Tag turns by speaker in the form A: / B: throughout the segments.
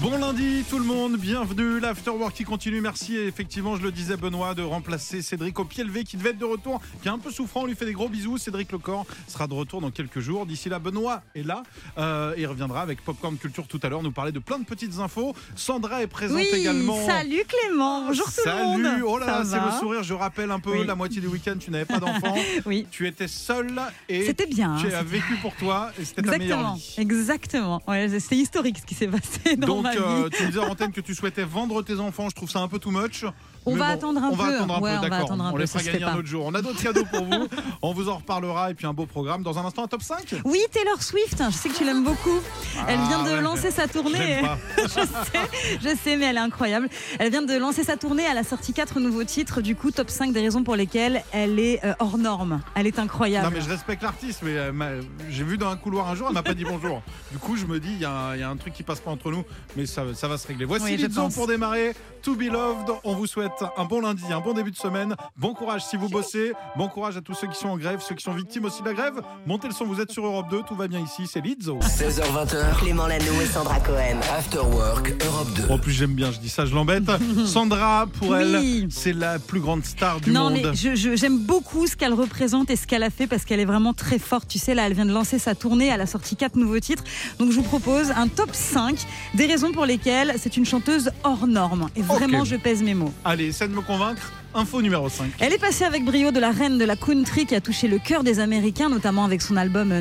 A: Bon lundi tout le monde, bienvenue l'Afterwork qui continue, merci et effectivement je le disais Benoît de remplacer Cédric au pied levé qui devait être de retour, qui est un peu souffrant, on lui fait des gros bisous, Cédric Lecor sera de retour dans quelques jours, d'ici là Benoît est là euh, et il reviendra avec Popcorn Culture tout à l'heure, nous parler de plein de petites infos, Sandra est présente
B: Oui,
A: également.
B: salut Clément, bonjour tout le monde.
A: Salut, oh là
B: Ça
A: là, c'est
B: va
A: le sourire, je rappelle un peu
B: Oui.
A: la moitié du week-end, tu n'avais pas d'enfant,
B: Oui,
A: tu étais seule et
B: c'était bien. hein,
A: tu as vécu pour toi et c'était ta meilleure
B: Exactement,
A: vie.
B: exactement. Ouais, c'est historique ce qui s'est passé dans
A: Donc,
B: ma vie.
A: euh, tu me disais en antenne que tu souhaitais vendre tes enfants. Je trouve ça un peu too much.
B: On
A: Mais
B: va
A: bon,
B: attendre un
A: on va
B: peu.
A: attendre un
B: Ouais, on
A: peu,
B: va
A: d'accord.
B: attendre un
A: on
B: peu,
A: laissera
B: ça se
A: gagner
B: fait
A: un
B: pas.
A: autre jour. On a d'autres cadeaux pour vous. On vous en reparlera. Et puis, un beau programme dans un instant. Un top 5
B: Oui, Taylor Swift, je sais que tu l'aimes beaucoup. Elle
A: Ah,
B: vient de
A: ouais.
B: lancer sa tournée.
A: J'aime pas.
B: je sais, je sais, mais elle est incroyable. Elle vient de lancer sa tournée. Elle a sorti quatre nouveaux titres. Du coup, top 5 des raisons pour lesquelles elle est euh, hors norme. Elle est incroyable.
A: Non, mais je respecte l'artiste. Mais euh, ma- j'ai vu dans un couloir un jour, elle m'a pas dit bonjour. Du coup, je me dis, il y, a un- il y a un truc qui passe pas entre nous. Mais ça, ça va se régler. Voici
B: Oui, je
A: Lizzo
B: pense.
A: pour démarrer. To Be Loved. On vous souhaite un bon lundi, un bon début de semaine. Bon courage si vous bossez. Bon courage à tous ceux qui sont en grève, ceux qui sont victimes aussi de la grève. Montez le son, vous êtes sur Europe 2. Tout va bien ici. C'est Lizzo.
C: 16h20h,
D: Clément Lano et Sandra Cohen.
C: After Work Europe 2.
A: Oh, En plus, j'aime bien, je dis ça, je l'embête. Sandra, pour
B: Oui.
A: elle, c'est la plus grande star du
B: non,
A: monde.
B: mais je- je- j'aime beaucoup ce qu'elle représente et ce qu'elle a fait parce qu'elle est vraiment très forte. Tu sais, là, elle vient de lancer sa tournée, elle a sorti quatre nouveaux titres. Donc, je vous propose un top 5 des raisons pour lesquelles c'est une chanteuse hors norme. Et vraiment, je pèse mes mots.
A: Allez, essaie de me convaincre. Info numéro 5.
B: Elle est passée avec brio de la reine de la country qui a touché le cœur des Américains, notamment avec son album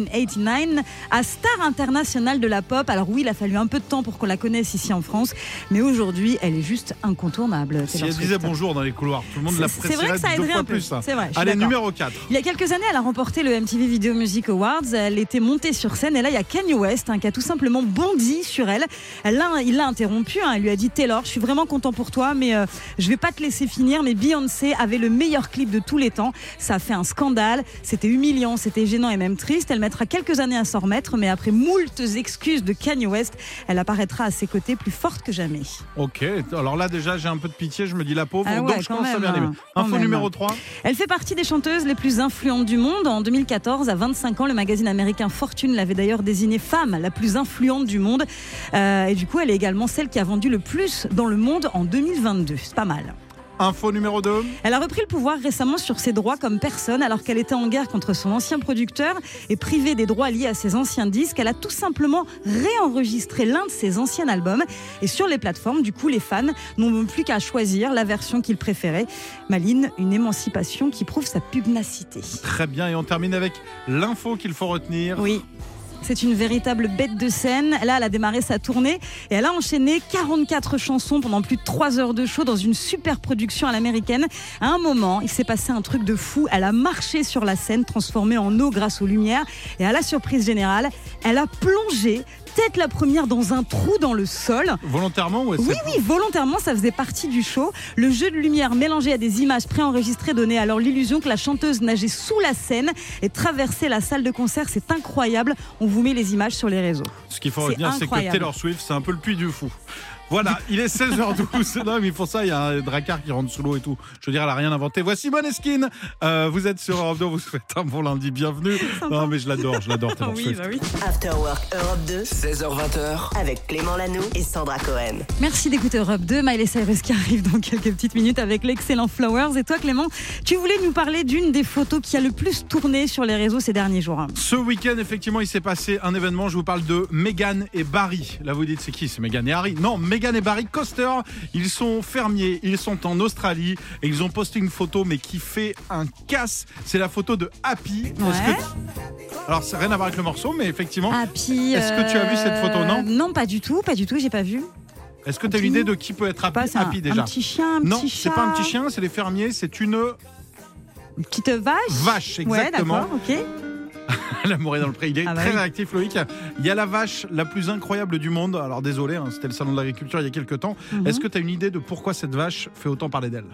B: 1989, à star internationale de la pop. Alors, oui, il a fallu un peu de temps pour qu'on la connaisse ici en France, mais aujourd'hui, elle est juste incontournable.
A: Si
B: Taylor
A: elle disait
B: Swift.
A: bonjour dans les couloirs, tout le monde
B: C'est- c'est vrai
A: l'apprécierait
B: que ça
A: deux
B: aiderait
A: fois
B: un peu.
A: plus. ça.
B: C'est vrai, je suis
A: Allez,
B: d'accord.
A: numéro 4.
B: Il y a quelques années, elle a remporté le MTV Video Music Awards. Elle était montée sur scène et là, il y a Kanye West hein, qui a tout simplement bondi sur elle. elle l'a- il l'a interrompu. hein. Il lui a dit Taylor, je suis vraiment content pour toi, mais euh, je vais pas te laisser finir. Mais Beyoncé avait le meilleur clip de tous les temps. Ça a fait un scandale. C'était humiliant, c'était gênant et même triste. Elle mettra quelques années à s'en remettre, mais après moultes excuses de Kanye West, elle apparaîtra à ses côtés plus forte que jamais.
A: Ok, alors là, déjà, j'ai un peu de pitié, je me dis la pauvre.
B: Ah
A: donc,
B: ouais,
A: je
B: quand
A: pense que ça vient
B: même,
A: arriver.
B: quand
A: Info
B: même.
A: numéro 3.
B: Elle fait partie des chanteuses les plus influentes du monde. En 2014, à 25 ans, le magazine américain Fortune l'avait d'ailleurs désignée femme la plus influente du monde. Euh, et du coup, elle est également celle qui a vendu le plus dans le monde en 2022. C'est pas mal.
A: Info numéro 2.
B: Elle a repris le pouvoir récemment sur ses droits comme personne alors qu'elle était en guerre contre son ancien producteur et privée des droits liés à ses anciens disques. Elle a tout simplement réenregistré l'un de ses anciens albums et sur les plateformes, du coup, les fans n'ont plus qu'à choisir la version qu'ils préféraient. Maline, une émancipation qui prouve sa pugnacité.
A: Très bien, et on termine avec l'info qu'il faut retenir.
B: Oui. C'est une véritable bête de scène. Là, elle a démarré sa tournée et elle a enchaîné 44 chansons pendant plus de 3 heures de show dans une super production à l'américaine. À un moment, il s'est passé un truc de fou. Elle a marché sur la scène, transformée en eau grâce aux lumières. Et à la surprise générale, elle a plongé, tête la première, dans un trou dans le sol.
A: Volontairement ou est-ce
B: Oui,
A: que-
B: oui, volontairement, ça faisait partie du show. Le jeu de lumière mélangé à des images préenregistrées donnait alors l'illusion que la chanteuse nageait sous la scène et traversait la salle de concert. C'est incroyable. On vous met les images sur les réseaux.
A: Ce qu'il faut
B: C'est
A: retenir, c'est que
B: incroyable.
A: Taylor Swift, c'est un peu le puits du fou. Voilà, il est 16h12. non, mais pour ça, il y a un dracard qui rentre sous l'eau et tout. Je veux dire, elle a rien inventé. Voici Moneskin. Euh, vous êtes sur Europe 2, on vous souhaite un bon lundi. Bienvenue. Non, mais je l'adore, je
B: Ah
A: l'adore, Taylor
B: bah
A: Swift.
D: After Work Europe 2
C: 16h20h,
D: avec Clément Lano et Sandra Cohen.
B: Merci d'écouter Europe 2. Miley Cyrus qui arrive dans quelques petites minutes avec l'excellent Flowers. Et toi, Clément, tu voulais nous parler d'une des photos qui a le plus tourné sur les réseaux ces derniers jours. hein.
A: Ce week-end, effectivement, il s'est passé un événement. Je vous parle de Meghan et Barry. Là, vous dites, c'est qui C'est Meghan et Harry Non, Meghan et Barry Coster. Ils sont fermiers. Ils sont en Australie et ils ont posté une photo, mais qui fait un casse. C'est la photo de Happy. Est-ce
B: Ouais. Ah,
A: que- Alors, ça n'a rien à voir avec le morceau, mais effectivement.
B: Happy. euh,
A: Est-ce que tu as vu cette photo, non
B: Non, pas du tout, pas du tout, j'ai pas vu.
A: Est-ce que tu as une idée de qui peut être Happy,
B: Pas c'est un-
A: Happy,
B: un
A: déjà
B: petit chien, un
A: Non,
B: petit
A: c'est
B: chat.
A: pas un petit chien, c'est les fermiers. C'est une
B: Une petite vache.
A: vache, exactement.
B: Ouais, d'accord, ok.
A: L'amour est dans le pré. Il est
B: Ah bah
A: très
B: oui.
A: réactif, Loïc. Il y a la vache la plus incroyable du monde. Alors désolé, hein, c'était le salon de l'agriculture il y a quelques temps.
B: Mhm.
A: Est-ce que tu as une idée de pourquoi cette vache fait autant parler d'elle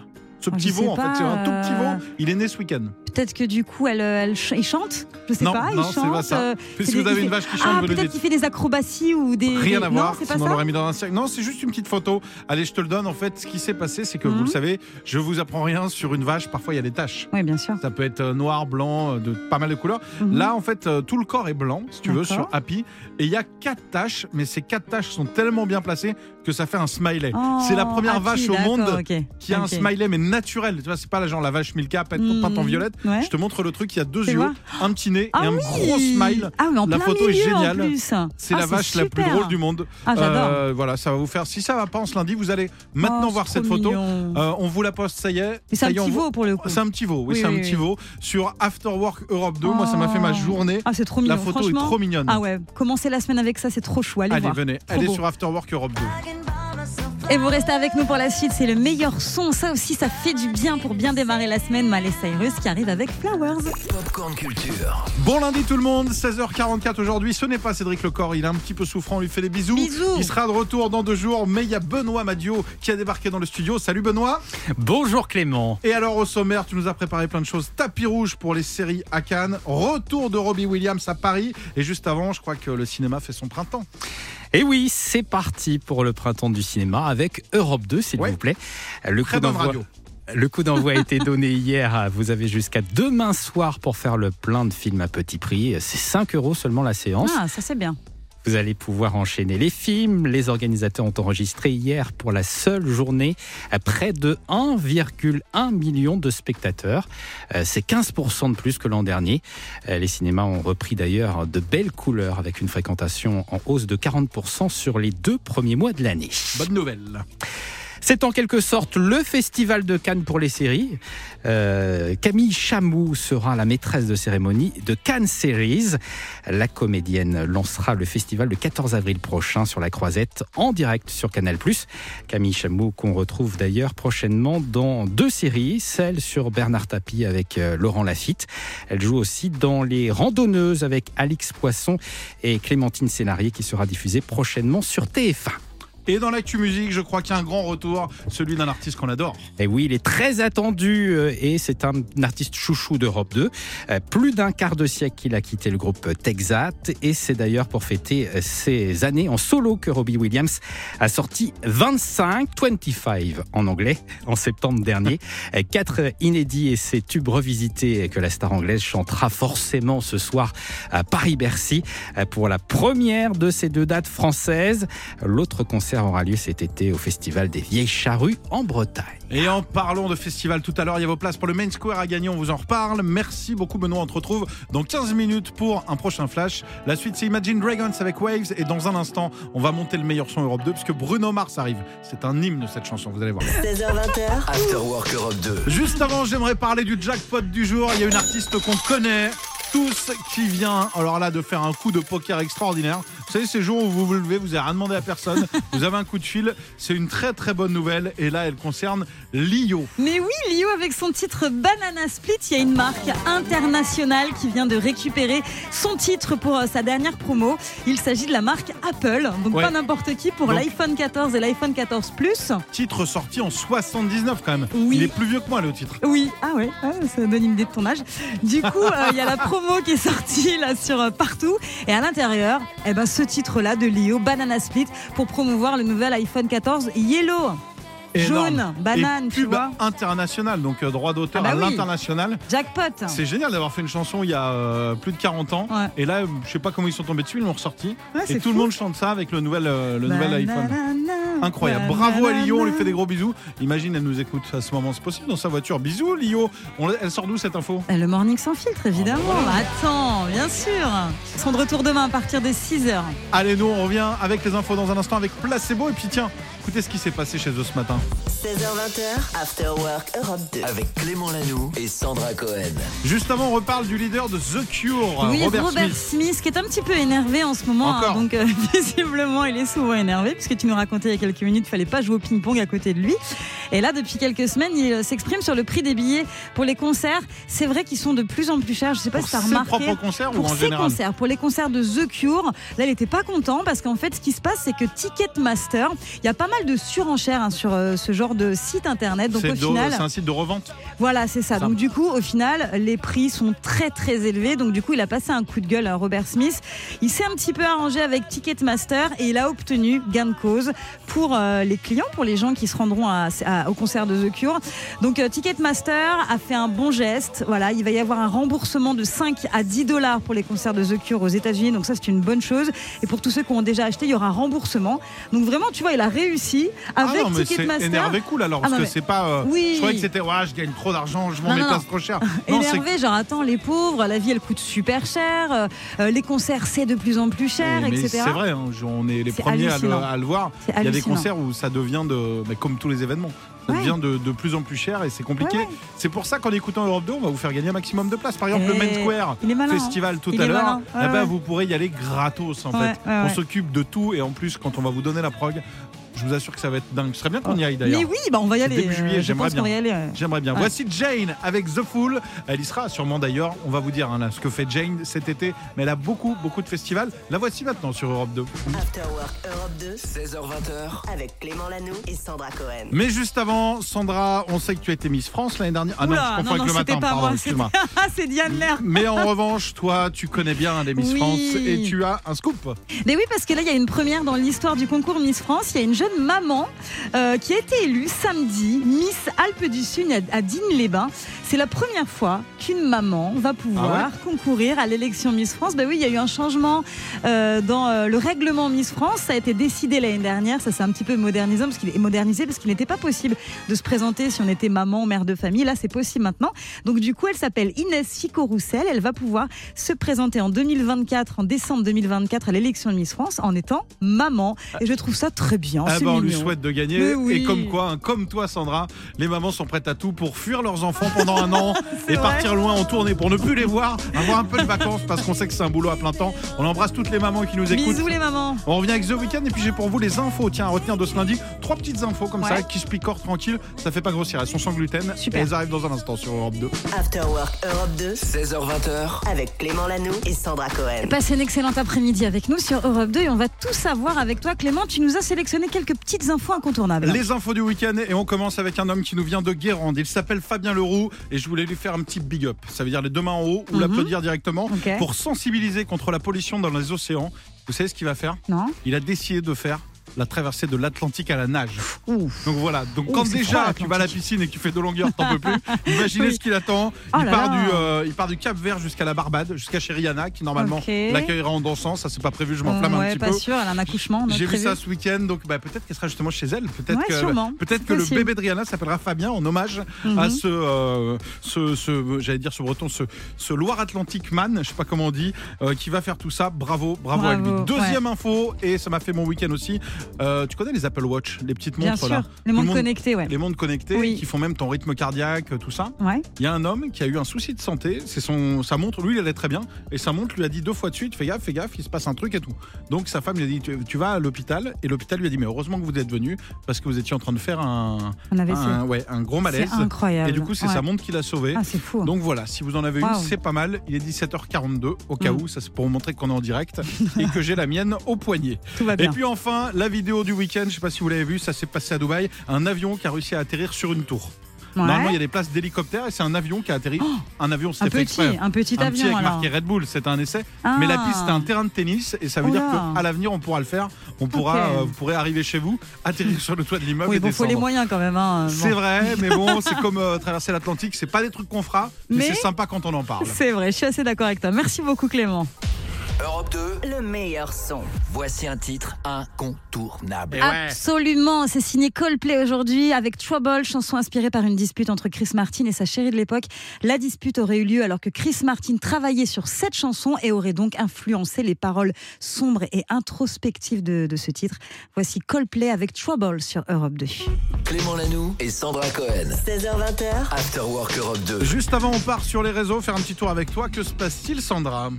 A: Ce
B: Je
A: petit
B: sais
A: veau, en fait,
B: pas,
A: c'est un tout petit
B: euh,
A: veau. Il est né ce week-end.
B: Peut-être que du coup, elle, euh, elle ch- il chante Je sais
A: Non,
B: pas,
A: non,
B: il
A: c'est
B: chante.
A: pas ça.
B: euh,
A: Puis
B: c'est
A: si vous
B: des-
A: avez
B: il
A: une
B: fait-
A: vache qui chante,
B: Ah,
A: vous le
B: peut-être
A: dites.
B: qu'il fait des acrobaties ou des.
A: Rien
B: des-
A: à
B: Non,
A: voir,
B: c'est pas
A: sinon on
B: ça
A: l'aurait mis dans un cercle. Non, c'est juste une petite photo. Allez, je te le donne. En fait, ce qui s'est passé, c'est que vous
B: Mhm.
A: le savez, je vous apprends rien sur une vache. Parfois, il y a des taches.
B: Oui, bien sûr.
A: Ça peut être euh, noir, blanc, euh, de pas mal de couleurs.
B: Mhm.
A: Là, en fait, euh, tout le corps est blanc, si tu veux, sur
B: D'accord.
A: Happy. Et il y a quatre taches, mais ces quatre taches sont tellement bien placées que ça fait un smiley.
B: Oh,
A: c'est la première
B: ah,
A: vache
B: si,
A: au monde
B: d'accord, ok.
A: qui a
B: Ok.
A: un smiley, mais naturel. Tu vois, c'est pas la genre la vache Milka peinte,
B: Mhm.
A: peinte en violette.
B: Ouais.
A: Je te montre le truc. Il y a deux
B: Fais
A: yeux,
B: voir.
A: un petit nez
B: Ah
A: et un
B: oui
A: gros smile.
B: Ah, mais en
A: La
B: plein
A: photo est
B: milieu, en
A: géniale.
B: plus.
A: C'est
B: Ah,
A: la vache la plus
B: super.
A: drôle du monde.
B: Ah, j'adore.
A: Euh, voilà, ça va vous faire. Si ça va pas en ce lundi, vous allez maintenant
B: Oh,
A: voir
B: c'est
A: cette
B: trop
A: photo.
B: mignon.
A: Euh, on vous la poste, ça y est.
B: Et c'est
A: Ça
B: un
A: y est, on
B: petit
A: vous-
B: veau pour le coup.
A: C'est un petit veau, oui,
B: Oui,
A: c'est un
B: oui,
A: petit
B: oui.
A: veau. Sur Afterwork Europe 2, moi ça m'a fait ma
B: Oh.
A: journée.
B: Ah, c'est trop mignon.
A: La photo est
B: franchement.
A: trop mignonne.
B: Ah ouais, commencez la semaine avec ça, c'est trop chou. Allez,
A: Allez,
B: voir.
A: venez,
B: Trop
A: allez
B: beau.
A: sur Afterwork Europe 2.
B: Et vous restez avec nous pour la suite, c'est le meilleur son. Ça aussi, ça fait du bien pour bien démarrer la semaine. Malé Cyrus qui arrive avec Flowers.
C: Popcorn Culture.
A: Bon lundi tout le monde, 16h44 aujourd'hui. Ce n'est pas Cédric Lecor, il est un petit peu souffrant, on lui fait des bisous.
B: Bisous.
A: Il sera de retour dans deux jours, mais il y a Benoît Madio qui a débarqué dans le studio. Salut Benoît.
E: Bonjour Clément.
A: Et alors au sommaire, tu nous as préparé plein de choses. Tapis rouge pour les séries à Cannes, retour de Robbie Williams à Paris, et juste avant, je crois que le cinéma fait son printemps.
E: Et Eh oui, c'est parti pour le printemps du cinéma avec Europe 2, s'il
A: Ouais.
E: vous plaît. Le
A: Très
E: coup
A: bonne
E: d'envoi.
A: radio.
E: Le coup d'envoi a été donné hier. Vous avez jusqu'à demain soir pour faire le plein de films à petit prix. C'est 5 euros seulement la séance.
B: Ah, ça c'est bien.
E: Vous allez pouvoir enchaîner les films. Les organisateurs ont enregistré hier pour la seule journée à près de 1,1 million de spectateurs. Euh, C'est 15% de plus que l'an dernier. Euh, Les cinémas ont repris d'ailleurs de belles couleurs avec une fréquentation en hausse de 40% sur les deux premiers mois de l'année.
A: Bonne nouvelle.
E: C'est en quelque sorte le festival de Cannes pour les séries. Euh, Camille Chamou sera la maîtresse de cérémonie de Cannes Series. La comédienne lancera le festival le 14 avril prochain sur la Croisette en direct sur Canal+. Camille Chamou qu'on retrouve d'ailleurs prochainement dans deux séries, celle sur Bernard Tapie avec euh, Laurent Lafitte. Elle joue aussi dans Les Randonneuses avec Alix Poisson et Clémentine Sénarier qui sera diffusée prochainement sur TF1.
A: Et dans l'actu musique, je crois qu'il y a un grand retour, celui d'un artiste qu'on adore.
E: Et Eh oui, il est très attendu euh, et c'est un artiste chouchou d'Europe 2. Euh, Plus d'un quart de siècle qu'il a quitté le groupe Texat et c'est d'ailleurs pour fêter euh, ses années en solo que Robbie Williams a sorti 25, 25 en anglais en septembre dernier. Euh, Quatre inédits et ses tubes revisités euh, que la star anglaise chantera forcément ce soir à Paris-Bercy euh, pour la première de ces deux dates françaises. L'autre concert aura lieu cet été au Festival des Vieilles Charrues en Bretagne.
A: Et en parlant de festival tout à l'heure, il y a vos places pour le Main Square à gagner, on vous en reparle. Merci beaucoup Benoît, on te retrouve dans 15 minutes pour un prochain flash. La suite c'est Imagine Dragons avec Waves et dans un instant, on va monter le meilleur son Europe 2 puisque Bruno Mars arrive. C'est un hymne cette chanson, vous allez voir.
D: 16h20h,
C: Afterwork Europe 2.
A: Juste avant, j'aimerais parler du jackpot du jour. Il y a une artiste qu'on connaît tous qui vient, alors là, de faire un coup de poker extraordinaire. Vous savez, ces jours où vous vous levez, vous n'avez rien demandé à personne, vous avez un coup de fil, c'est une très très bonne nouvelle. Et là, elle concerne Lio.
B: Mais oui, Lio avec son titre Banana Split, il y a une marque internationale qui vient de récupérer son titre pour euh, sa dernière promo. Il s'agit de la marque Apple, donc
A: Ouais.
B: pas n'importe qui pour
A: Donc-
B: l'iPhone 14 et l'iPhone 14 Plus.
A: Titre sorti en 79 quand même.
B: Oui.
A: Il est plus vieux que moi, le titre.
B: Oui, ah ouais, ah, ça donne une idée de ton âge. Du coup, euh, il y a la promo qui est sortie là sur euh, partout. Et à l'intérieur, eh ben, ce titre-là de Lio, Banana Split, pour promouvoir le nouvel iPhone 14 Yellow. Jaune, banane,
A: Et
B: tu
A: pub
B: vois.
A: international, donc euh, droit d'auteur
B: Ah bah
A: à
B: oui.
A: l'international.
B: Jackpot.
A: C'est génial d'avoir fait une chanson il y a euh, plus de 40 ans.
B: Ouais.
A: Et là, je sais pas comment ils sont tombés dessus, ils l'ont ressorti.
B: Ouais, c'est
A: et tout
B: fou.
A: le monde chante ça avec le nouvel, euh, le nouvel iPhone.
B: Banana,
A: Incroyable.
B: banana.
A: Bravo à Lio, on lui fait des gros bisous. Imagine, elle nous écoute à ce moment, c'est possible, dans sa voiture. Bisous, Lio. On- elle sort d'où cette info
B: Bah, Le morning sans filtre, évidemment. Attends, bien sûr. Ils sont de retour demain à partir de 6h.
A: Allez, nous, on revient avec les infos dans un instant avec Placebo. Et puis, tiens, écoutez ce qui s'est passé chez eux ce matin.
D: 16h20h, Afterwork Europe 2.
C: Avec Clément Lanoux et Sandra Cohen.
A: Juste avant, on reparle du leader de The Cure,
B: Oui,
A: Robert,
B: Robert,
A: Smith.
B: Smith. qui est un petit peu énervé en ce moment. hein.
A: Encore.
B: donc, euh, visiblement, il est souvent énervé, puisque tu nous racontais il y a quelques minutes, fallait pas jouer au ping-pong à côté de lui. Et là, depuis quelques semaines, il euh, s'exprime sur le prix des billets pour les concerts. C'est vrai qu'ils sont de plus en plus chers. Je sais pas
A: Pour
B: si tu as
A: ses
B: remarqué.
A: propres concerts ou
B: Pour
A: en
B: ses
A: général
B: concerts, pour les concerts de The Cure, là, il n'était pas content parce qu'en fait, ce qui se passe, c'est que Ticketmaster, il y a pas mal de surenchères hein, sur euh, ce genre de site internet. Donc
A: C'est
B: au
A: de-
B: final,
A: c'est un site de revente.
B: voilà, c'est ça.
E: Ça.
B: Donc du coup, au final, les prix sont très très élevés. Donc du coup, il a passé un coup de gueule à Robert Smith. Il s'est un petit peu arrangé avec Ticketmaster et il a obtenu gain de cause pour euh, les clients, pour les gens qui se rendront à- à- au concert de The Cure. Donc euh, Ticketmaster a fait un bon geste. Voilà, il va y avoir un remboursement de 5 à 10 dollars pour les concerts de The Cure aux États-Unis. Donc ça, c'est une bonne chose. Et pour tous ceux qui ont déjà acheté, il y aura un remboursement. Donc vraiment, tu vois, il a réussi avec
A: ah non, mais c'est
B: Ticketmaster.
A: énervé cool alors, parce
B: Ah non,
A: que
B: mais-
A: c'est pas. euh,
B: Oui.
A: Je croyais que c'était, ouais, je gagne trop d'argent, je
B: Non,
A: m'en mets
B: non,
A: place
B: non.
A: trop cher. Non, c'est
B: Ah, énervé, genre attends, les pauvres, la vie elle coûte super cher, euh, euh, les concerts c'est de plus en plus cher,
A: Mais
B: etc.
A: c'est vrai, hein, je- on est les
B: C'est
A: premiers à le,
B: hallucinant.
A: à le voir.
B: C'est
A: Il y a des
B: hallucinant.
A: concerts où ça devient de, bah, comme tous les événements, ça
B: Ouais.
A: devient de, de plus en plus cher et c'est compliqué.
B: Ouais, ouais.
A: C'est pour ça qu'en écoutant Europe 2, on va vous faire gagner un maximum de places. Par exemple,
B: Eh,
A: le Main Square
B: il est malin,
A: Festival tout
B: Il
A: à
B: est
A: l'heure,
B: malin. Ouais,
A: là-bas,
B: ouais.
A: vous pourrez y aller gratos en
B: Ouais,
A: fait.
B: ouais,
A: on
B: ouais.
A: s'occupe de tout et en plus, quand on va vous donner la prog, je vous assure que ça va être dingue. Ce serait bien qu'on y aille d'ailleurs.
B: Mais oui, bah on va y
A: C'est
B: aller.
A: début
B: euh,
A: juillet,
B: je
A: j'aimerais
B: pense qu'on
A: bien.
B: va y aller, ouais.
A: J'aimerais bien.
B: Ouais.
A: Voici Jane avec The Fool. Elle y sera sûrement d'ailleurs. On va vous dire hein, là, ce que fait Jane cet été. Mais elle a beaucoup, beaucoup de festivals. La voici maintenant sur Europe 2.
D: After Work Europe 2
C: 16h20h,
D: avec Clément Lanoux et Sandra Cohen.
A: Mais juste avant, Sandra, on sait que tu étais Miss France l'année dernière. Ah
B: Oula,
A: non, je confonds
B: non,
A: avec
B: non,
A: le
B: c'était
A: matin,
B: pas
A: pardon,
B: moi,
A: excuse-moi.
B: Ah, c'est Diane Lair.
A: Mais en revanche, toi, tu connais bien les Miss
B: Oui.
A: France et tu as un scoop.
B: Mais oui, parce que là, il y a une première dans l'histoire du concours Miss France. Il y a une jeune maman euh, qui a été élue samedi Miss Alpes du Sud à, à Digne-les-Bains. C'est la première fois qu'une maman va
A: Ah
B: pouvoir concourir à l'élection Miss France. Ben oui, il y a eu un changement euh, dans euh, le règlement Miss France. Ça a été décidé l'année dernière. Ça s'est un petit peu modernisé parce qu'il est modernisé parce qu'il n'était pas possible de se présenter si on était maman ou mère de famille. Là, c'est possible maintenant. Donc du coup, elle s'appelle Inès Fico-Roussel. Elle va pouvoir se présenter en 2024, en décembre 2024, à l'élection de Miss France en étant maman. Et je trouve ça très bien.
A: Ah
B: Oh, c'est
A: bah, on lui
B: mignon.
A: souhaite de gagner.
B: Mais oui.
A: Et comme quoi, hein, comme toi, Sandra, les mamans sont prêtes à tout pour fuir leurs enfants pendant un an
B: C'est
A: et
B: vrai.
A: partir loin en tournée pour ne plus les voir, avoir un peu de vacances parce qu'on sait que c'est un boulot à plein temps. On embrasse toutes les mamans qui nous écoutent.
B: Bisous les mamans.
A: On revient avec The Weeknd et puis j'ai pour vous les infos. Tiens, à retenir de ce lundi, trois petites infos comme
B: Ouais.
A: ça qui se picorent tranquille. Ça fait pas grossir. Elles sont sans gluten.
B: Super.
A: Et elles arrivent dans un instant sur Europe 2.
D: After Work Europe 2
C: 16h20h,
D: avec Clément Lanoux et Sandra Cohen.
B: Passez un excellent après-midi avec nous sur Europe 2 et on va tout savoir avec toi Clément. Tu nous as sélectionné quelques petites infos incontournables.
A: Les infos du week-end et on commence avec un homme qui nous vient de Guérande. Il s'appelle Fabien Leroux et je voulais lui faire un petit big up. Ça veut dire les deux mains en haut ou
B: Mhm.
A: l'applaudir directement
B: Ok.
A: pour sensibiliser contre la pollution dans les océans. Vous savez ce qu'il va faire
B: Non
A: Il a décidé de faire la traversée de l'Atlantique à la nage.
B: Ouf.
A: Donc voilà, donc
B: Ouh,
A: quand
B: c'est
A: déjà
B: froid,
A: tu vas à la
B: l'Atlantique.
A: piscine et que tu fais de longueur, t'en peux plus, imaginez
B: Oui.
A: ce qu'il attend.
B: Oh
A: il,
B: là
A: part
B: là.
A: Du, euh, il part du Cap Vert jusqu'à la Barbade, jusqu'à Rihanna qui normalement
B: Ok.
A: l'accueillera en dansant. Ça c'est pas prévu, je m'enflamme
B: Euh,
A: un
B: ouais,
A: petit
B: pas
A: peu.
B: sûr, elle a un accouchement. donc
A: J'ai vu
B: prévu.
A: ça ce week-end, donc bah, peut-être qu'elle sera justement chez elle. Peut-être
B: Ouais, sûrement.
A: que, peut-être
B: C'est
A: que le
B: possible.
A: bébé de Rihanna s'appellera Fabien en hommage à
B: Mhm.
A: ce, euh, ce, ce- j'allais dire ce breton, ce, ce Loire-Atlantique man, je sais pas comment on dit, euh, qui va faire tout ça. Bravo, bravo, à
B: Bravo,
A: lui. Deuxième info, et ça m'a fait mon week-end aussi. euh, tu connais les Apple Watch, les petites
B: Bien
A: montres
B: sûr,
A: là
B: les
A: Tout le
B: mondes
A: monde-
B: connectés, ouais.
A: les montres connectées
B: Oui.
A: qui font même ton rythme cardiaque, euh, tout ça.
B: Ouais.
A: Il y a un homme qui a eu un souci de santé. C'est son, sa montre, lui, il allait très bien. Et sa montre lui a dit deux fois de suite fais gaffe, fais gaffe, il se passe un truc et tout. Donc sa femme lui a dit tu, tu vas à l'hôpital. Et l'hôpital lui a dit mais heureusement que vous êtes venu parce que vous étiez en train de faire un,
B: On avait
A: un, ouais, un gros
B: Ah, C'est
A: malaise.
B: incroyable.
A: Et du coup, c'est
B: Ouais.
A: sa montre qui l'a sauvé.
B: Ah, c'est fou.
A: Donc voilà, si vous en avez
B: Wow.
A: une, c'est pas mal. Il est 17h42 au cas
B: Mm.
A: où, ça c'est pour vous montrer qu'on est en direct et que j'ai la mienne au poignet.
B: Tout va
A: Et
B: bien.
A: puis enfin, la vidéo du week-end, je sais pas si vous l'avez vu, ça s'est passé à Dubaï, un avion qui a réussi à atterrir sur une tour.
B: Ouais. Oh,
A: Normalement, il y a des places d'hélicoptère et c'est un avion qui a atterri. un avion,
B: un
A: c'était fait
B: petit,
A: exprès.
B: un petit
A: Un
B: avion
A: petit avec
B: alors.
A: marqué Red Bull, c'était un essai.
B: Ah.
A: Mais la piste, c'est un terrain de tennis et ça veut
B: Oh
A: dire
B: là.
A: qu'à l'avenir, on pourra le faire. On pourra,
B: Ok.
A: euh, vous pourrez arriver chez vous, atterrir sur le toit de l'immeuble
B: Oui,
A: et
B: bon, faut les
A: descendre.
B: moyens quand même. hein.
A: C'est
B: Bon.
A: vrai, mais bon, c'est comme euh, traverser l'Atlantique, c'est pas des trucs qu'on fera, mais,
B: Mais-
A: c'est sympa quand on en parle.
B: C'est vrai, je suis assez d'accord avec toi. Merci beaucoup Clément.
C: Europe 2,
D: Le meilleur son.
C: voici un titre incontournable.
B: Absolument, c'est signé Coldplay aujourd'hui avec Trouble, chanson inspirée par une dispute entre Chris Martin et sa chérie de l'époque. La dispute aurait eu lieu alors que Chris Martin travaillait sur cette chanson et aurait donc influencé les paroles sombres et introspectives de, de ce titre. Voici Coldplay avec Trouble sur Europe 2.
C: Clément Lanoux et Sandra Cohen.
D: 16h20h,
C: After Work Europe 2.
A: Juste avant, on part sur les réseaux faire un petit tour avec toi. Que se passe-t-il, Sandra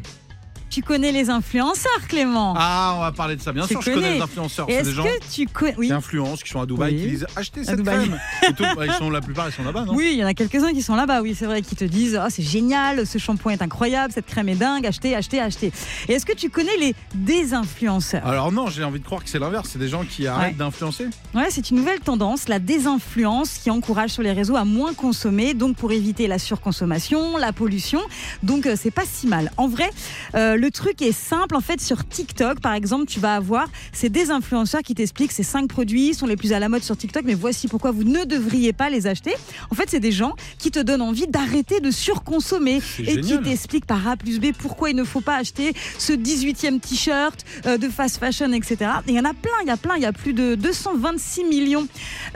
B: Tu connais les influenceurs, Clément
A: Ah, on va parler de ça. Bien
B: Tu
A: sûr, je connais
B: connais.
A: les influenceurs.
B: Et
A: C'est
B: Est-ce
A: des gens
B: que tu connais. Oui.
A: qui influencent, qui sont à Dubaï,
B: Oui.
A: qui disent achetez cette
B: Dubaï.
A: crème. Et tout. Bah, ils sont, la plupart, ils sont là-bas, non
B: Oui, il y en a quelques-uns qui sont là-bas, oui, c'est vrai, qui te disent Ah, c'est génial, ce shampoing est incroyable, cette crème est dingue, achetez, achetez, achetez. Et est-ce que tu connais les désinfluenceurs
A: Alors non, j'ai envie de croire que c'est l'inverse. C'est des gens qui arrêtent d'influencer.
B: Ouais, c'est une nouvelle tendance, la désinfluence, qui encourage sur les réseaux à moins consommer, donc pour éviter la surconsommation, la pollution. Donc euh, c'est pas si mal. En vrai, euh, le truc est simple. En fait, sur TikTok, par exemple, tu vas avoir ces désinfluenceurs qui t'expliquent ces cinq produits sont les plus à la mode sur TikTok, mais voici pourquoi vous ne devriez pas les acheter. En fait, c'est des gens qui te donnent envie d'arrêter de surconsommer
A: C'est
B: et qui
A: génial.
B: t'expliquent par A plus B pourquoi il ne faut pas acheter ce 18e t-shirt euh, de fast fashion, etc. Et il y en a plein, il y a plein, il y a plus de 226 millions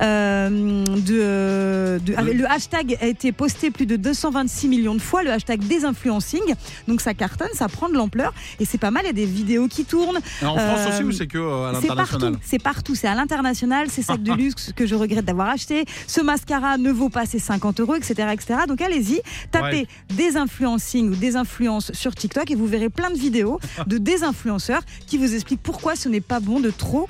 B: euh, de, de- avec- Le hashtag a été posté plus de 226 millions de fois, le hashtag désinfluencing. Donc ça cartonne, ça prend de l'ampleur et c'est pas mal. Il y a des vidéos qui tournent.
A: Et en France
B: Euh,
A: aussi, ou c'est que euh, à
B: C'est partout,
A: l'international
B: c'est partout, c'est à l'international, ces sacs de luxe que je regrette d'avoir acheté, ce mascara ne vaut pas ses 50 euros, etc. etc. Donc allez-y, tapez des influencing ou des influences sur TikTok et vous verrez plein de vidéos de désinfluenceurs qui vous expliquent pourquoi ce n'est pas bon de trop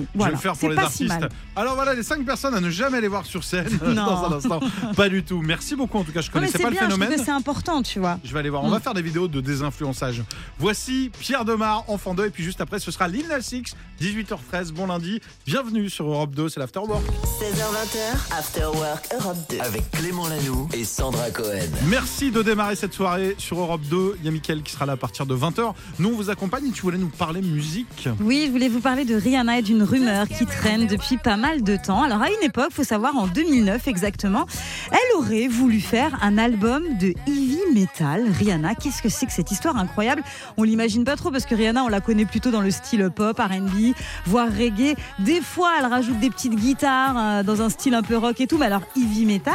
A: Je vais
B: Voilà,
A: le faire
B: c'est
A: pour les
B: pas si
A: artistes.
B: mal.
A: Alors voilà, les 5 personnes à ne jamais les voir sur scène.
B: Non.
A: Dans un instant. Pas du tout. Merci beaucoup. En tout cas, je
B: Non mais
A: connaissais
B: c'est
A: pas le
B: bien, je Mm. trouve
A: phénomène.
B: que c'est important, tu vois.
A: Je vais aller voir. On va faire des vidéos de désinfluençage. Voici Pierre Demar, Enfant 2. Et puis juste après, ce sera Lil Nas X, 18h13. Bon lundi. Bienvenue sur Europe 2. C'est l'Afterwork.
D: 16h20h, After Work Europe 2.
C: Avec Clément Lanoux et Sandra Cohen.
A: Merci de démarrer cette soirée sur Europe 2. Il y a Mickaël qui sera là à partir de 20h. Nous, on vous accompagne. Tu voulais nous parler musique.
B: Oui, je voulais vous parler de Rihanna et d'une rumeur qui traîne depuis pas mal de temps. Alors à une époque, faut savoir en 2009 exactement, elle aurait voulu faire un album de heavy metal. Rihanna, qu'est-ce que c'est que cette histoire incroyable On l'imagine pas trop parce que Rihanna, on la connaît plutôt dans le style pop, R&B, voire reggae. Des fois, elle rajoute des petites guitares euh, dans un style un peu rock et tout, mais alors heavy metal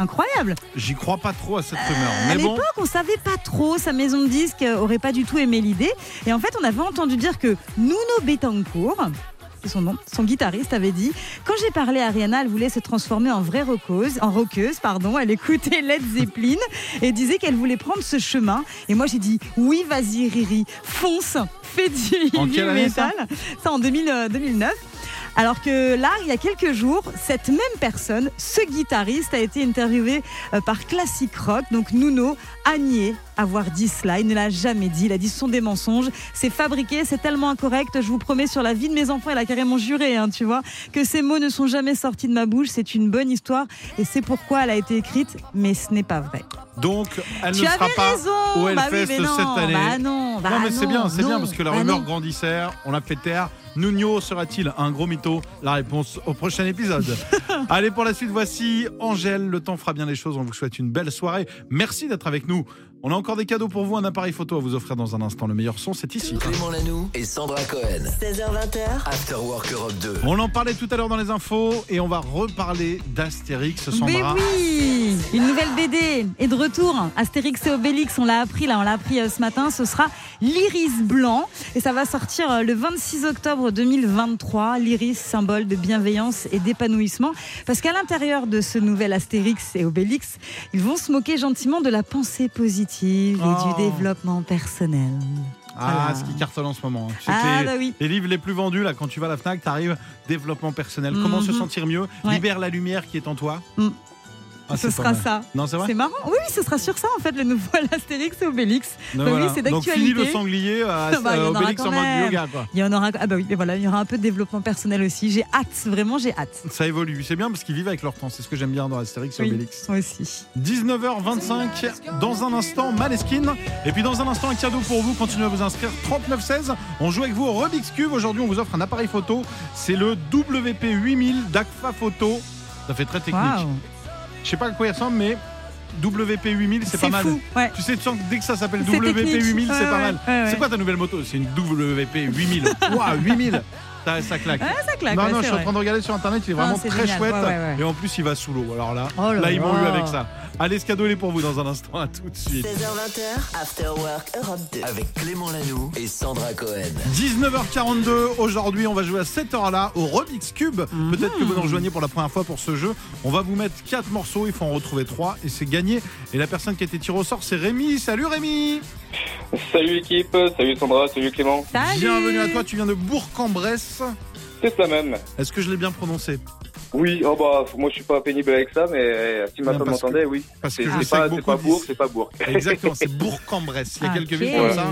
B: Incroyable
A: J'y crois pas trop à cette rumeur.
B: à
A: Mais bon.
B: l'époque, on savait pas trop. Sa maison de disques euh, aurait pas du tout aimé l'idée. Et en fait, on avait entendu dire que Nuno Betancourt. c'est Son, nom, son guitariste avait dit Quand j'ai parlé à Rihanna, elle voulait se transformer en vraie rockeuse, en rockeuse pardon. Elle écoutait Led Zeppelin et disait qu'elle voulait prendre ce chemin. Et moi, j'ai dit Oui, vas-y, Riri, fonce, fais du
A: En
B: heavy
A: quelle année, ça
B: metal. Ça, en 2000, euh, 2009. Alors que là, il y a quelques jours, cette même personne, ce guitariste, a été interviewé euh, par Classic Rock. Donc Nuno a nié avoir dit cela. Il ne l'a jamais dit. Il a dit ce sont des mensonges. C'est fabriqué, c'est tellement incorrect. Je vous promets sur la vie de mes enfants, il a carrément juré, hein, tu vois, que ces mots ne sont jamais sortis de ma bouche. C'est une bonne histoire et c'est pourquoi elle a été écrite. Mais ce n'est pas vrai.
A: Donc, elle
B: tu
A: ne
B: avais
A: sera pas
B: raison.
A: au
B: bah oui,
A: Hellfest
B: mais non.
A: cette année.
B: Bah non, bah
A: non mais c'est
B: non,
A: bien, c'est bien
B: non,
A: parce que la
B: bah
A: rumeur
B: non.
A: grandissait, on l'a fait taire. Nuno sera-t-il un gros mytho La réponse au prochain épisode. Allez pour la suite, voici Angèle. Le temps fera bien les choses. On vous souhaite une belle soirée. Merci d'être avec nous. On a encore des cadeaux pour vous, un appareil photo à vous offrir dans un instant. Le meilleur son, c'est ici.
C: Clément Lanoux et Sandra Cohen.
D: 16h20h,
C: After Work Europe 2.
A: On en parlait tout à l'heure dans les infos et on va reparler d'Astérix
B: Mais
A: Sandra.
B: oui Une nouvelle BD est de retour. Astérix et Obélix, on l'a appris là, on l'a appris euh, ce matin. Ce sera l'Iris blanc et ça va sortir euh, le 26 octobre 2023. L'Iris, symbole de bienveillance et d'épanouissement. Parce qu'à l'intérieur de ce nouvel Astérix et Obélix, ils vont se moquer gentiment de la pensée positive
A: Oh.
B: et du développement personnel.
A: Ah,
B: Voilà.
A: ce qui cartonne en ce moment. hein. C'est
B: Ah
A: les-
B: bah oui.
A: Les livres les plus vendus, là, quand tu vas à la Fnac, t'arrives développement personnel. Comment se
B: Mhm.
A: sentir mieux
B: Ouais.
A: Libère la lumière qui est en toi.
B: Mm.
A: Ah,
B: ce
A: c'est pas
B: sera
A: mal.
B: ça.
A: Non, c'est vrai
B: C'est marrant. Oui, oui, ce sera sur ça en fait le nouveau Astérix et Obélix.
A: Non,
B: Bah oui,
A: voilà.
B: c'est
A: Donc
B: d'actualité.
A: fini le sanglier, euh,
B: Bah, il y en
A: euh,
B: aura
A: Obélix
B: quand
A: en mode
B: même.
A: yoga. Quoi.
B: Il y en aura. Ah bah oui, mais voilà, il y aura un peu de développement personnel aussi. J'ai hâte, vraiment, j'ai hâte.
A: Ça évolue, c'est bien parce qu'ils vivent avec leur temps, c'est ce que j'aime bien dans Astérix et
B: Oui,
A: Obélix.
B: moi aussi.
A: 19h25, dans un instant, Maleskine. Et puis dans un instant, un cadeau pour vous, continuez à vous inscrire. 3916, on joue avec vous au Rubik's Cube. Aujourd'hui, on vous offre un appareil photo, c'est le WP8000 d'Agfa Photo. Ça fait très technique.
B: Waouh.
A: Je sais pas à quoi il ressemble, mais WP8000, c'est pas mal.
B: fou. Ouais.
A: Tu sais, tu sens que dès que ça s'appelle
B: C'est
A: WP8000,
B: technique.
A: c'est
B: Ouais,
A: pas
B: ouais,
A: mal.
B: ouais, ouais.
A: C'est quoi ta nouvelle moto C'est une WP8000. Waouh, 8000 ça, ça claque.
B: Ah, ça claque.
A: non,
B: ouais,
A: non, je
B: c'est
A: suis en
B: vrai.
A: train de regarder sur internet, il est vraiment
B: Ah, c'est
A: très
B: génial.
A: chouette.
B: Ouais, ouais, ouais.
A: Et en plus, il va sous l'eau. Alors là,
B: Oh là
A: là, ils m'ont eu
B: là.
A: avec ça. Allez, ce cadeau, il est pour vous dans un instant. À tout de suite.
D: 16h20h, After Work Europe 2.
C: Avec Clément Lanoux et Sandra Cohen.
A: 19h42, aujourd'hui on va jouer à cette heure-là au Rubik's Cube.
B: Mhm.
A: Peut-être que vous nous rejoignez pour la première fois pour ce jeu. On va vous mettre 4 morceaux, il faut en retrouver 3 et c'est gagné. Et la personne qui a été tirée au sort c'est Rémi. Salut Rémi
F: Salut l'équipe, salut Sandra, salut Clément.
B: Salut
A: Bienvenue à toi, tu viens de Bourg-en-Bresse.
F: C'est ça même.
A: Est-ce que je l'ai bien prononcé
F: Oui, oh bah, moi je suis pas pénible avec ça, mais euh, si ma
A: Non,
F: femme
A: parce que-
F: m'entendait, oui.
A: Parce que
F: C'est
A: je
F: c'est
A: sais
F: pas,
A: que
F: c'est
A: beaucoup
F: pas Bourg,
A: disent-
F: c'est pas Bourg.
A: Exactement, c'est Bourg-en-bresse. Il y a quelques
B: Ok. Mhm.
A: villes comme ça.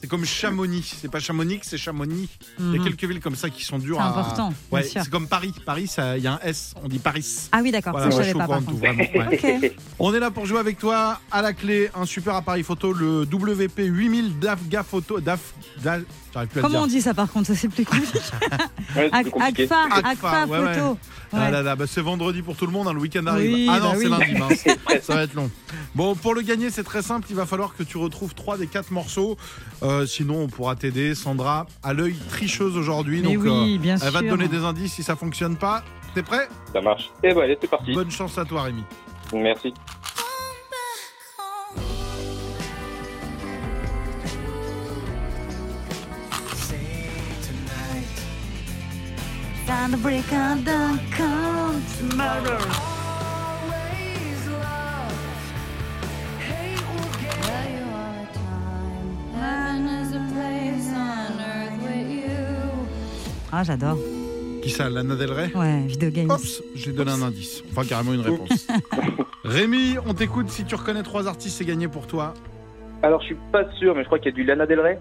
A: C'est comme Chamonix. C'est pas Chamonix, c'est Chamonix. Il y a quelques villes comme ça qui sont dures
B: Mhm. C'est
A: à.
B: important,
A: Ouais,
B: bien sûr.
A: c'est comme Paris. Paris, ça- il y a un S. On dit Paris.
B: Ah oui, d'accord,
A: Voilà,
B: ça
A: ouais,
B: je savais
A: suis au
B: pas
A: courant
B: par
A: de tout,
B: contre.
A: vraiment, ouais.
B: Ok.
A: On est là pour jouer avec toi à la clé un super appareil photo, le WP8000 d'Afga Photo. Daf, Da- j'arrive plus à le
B: Comment on
A: dire.
B: dit ça par contre Ça c'est plus compliqué.
F: Ouais, c'est
B: Ag-
F: plus compliqué.
B: Agfa,
A: Agfa,
B: Agfa
A: ouais, ouais.
B: photo.
A: Ah
B: Ouais.
A: là là, bah c'est vendredi pour tout le monde, hein, le week-end arrive.
B: Oui,
A: ah non,
B: bah
A: c'est
B: oui.
A: lundi, mince. ça va être long. Bon, pour le gagner, c'est très simple, il va falloir que tu retrouves 3 des 4 morceaux. Euh, sinon, on pourra t'aider. Sandra à l'œil tricheuse aujourd'hui,
B: Mais
A: donc
B: oui,
A: euh,
B: bien sûr.
A: elle va te donner des indices si ça fonctionne pas. T'es prêt
F: Ça marche. Et bah allez, c'est parti.
A: Bonne chance à toi, Rémi.
F: Merci.
B: Time to break on down, come tomorrow. Ah, j'adore.
A: Qui ça, Lana Del Rey
B: Ouais, video games.
A: Oups, j'ai donné un indice. Enfin, carrément une réponse. Rémi, on t'écoute. Si tu reconnais trois artistes, c'est gagné pour toi.
F: Alors je suis pas sûr, mais je crois qu'il y a du Lana Del Rey.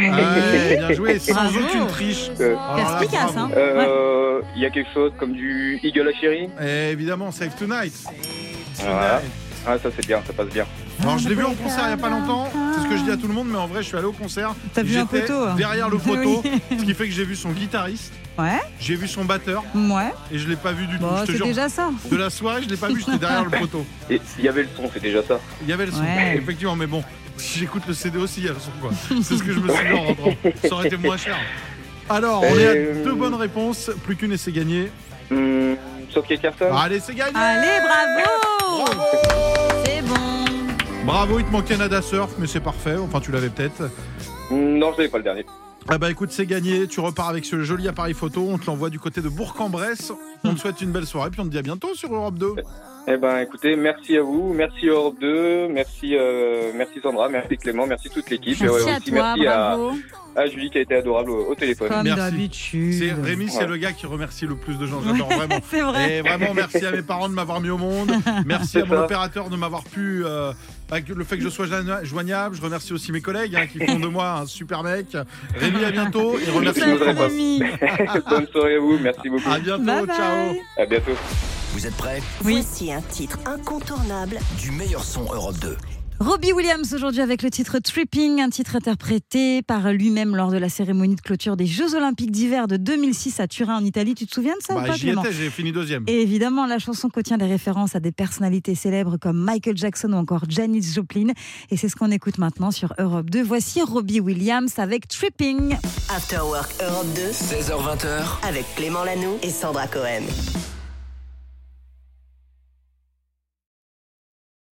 A: Ouais, bien joué, sans
B: Bravo.
A: aucune triche.
F: Euh,
A: Alors là,
B: Perspicace, hein.
A: Ah, bravo.
F: euh, Il y a quelque chose comme du Eagle à chérie.
A: Et Eh, évidemment, Save Tonight.
F: Ah, Voilà. Ah ça c'est bien, ça passe bien.
A: Alors, je l'ai vu en concert il n'y a pas longtemps. C'est ce que je dis à tout le monde, mais en vrai, je suis allé au concert.
B: T'as vu un
A: J'étais
B: poteau hein.
A: Derrière le poteau.
B: Oui.
A: Ce qui fait que j'ai vu son guitariste,
B: Ouais,
A: j'ai vu son batteur
B: ouais.
A: et je l'ai pas vu du tout.
B: Bon,
A: je te
B: c'est
A: jure.
B: déjà ça.
A: De la soirée, je l'ai pas vu, j'étais derrière le poteau.
F: Et il y avait le son, c'est déjà ça.
A: Il y avait le son,
B: Ouais.
A: effectivement, mais bon, si j'écoute le CD aussi, il y a le son, quoi. C'est ce que je me suis dit en rentrant. Ça aurait été moins cher. Alors, on est à
F: Euh,
A: deux bonnes réponses, plus qu'une et c'est gagné.
F: Hum, Sophie Carson.
A: Allez, c'est gagné
B: Allez, bravo
A: Bravo
B: C'est bon.
A: Bravo, il te manquait Nada Surf, mais c'est parfait, enfin tu l'avais peut-être.
F: Non, je n'avais pas le dernier.
A: Ah bah écoute, c'est gagné, tu repars avec ce joli appareil photo, on te l'envoie du côté de Bourg-en-Bresse. On te souhaite une belle soirée, puis on te dit à bientôt sur Europe 2.
F: Eh ben, écoutez, merci à vous, merci Europe 2, merci, euh, merci Sandra, merci Clément, merci toute l'équipe. Et
B: Merci
F: ouais,
B: à
F: aussi
B: toi,
F: merci à,
B: bravo.
F: à Julie qui a été adorable au, au téléphone.
B: Comme
A: Merci.
B: d'habitude.
A: C'est Rémi, c'est
F: Ouais.
A: le gars qui remercie le plus de gens, j'adore vraiment.
B: C'est vrai.
A: Et vraiment, merci à mes parents de m'avoir mis au monde. Merci
F: C'est
A: à mon
F: ça.
A: opérateur de m'avoir pu. euh, avec le fait que je sois joigna- joignable, je remercie aussi mes collègues hein, qui font de moi un super mec. Rémi, à bientôt. Et remercie
F: Salut,
A: notre boss.
B: Rémi.
F: Bonne soirée à vous, merci beaucoup.
A: À bientôt. Ciao.
B: Bye
A: Bah,
B: bye.
F: À bientôt.
C: Vous êtes prêts
B: Oui.
D: Voici un titre incontournable.
C: Du meilleur son Europe 2.
B: Robbie Williams aujourd'hui avec le titre Tripping, un titre interprété par lui-même lors de la cérémonie de clôture des Jeux Olympiques d'hiver de 2006 à Turin en Italie. Tu te souviens de ça ou
A: Bah,
B: pas,
A: J'y
B: Clément
A: étais, j'ai fini deuxième.
B: Et évidemment, la chanson contient des références à des personnalités célèbres comme Michael Jackson ou encore Janis Joplin. Et c'est ce qu'on écoute maintenant sur Europe 2. Voici Robbie Williams avec Tripping.
D: After Work Europe 2
C: 16h20.
D: avec Clément Lanoux et Sandra Cohen.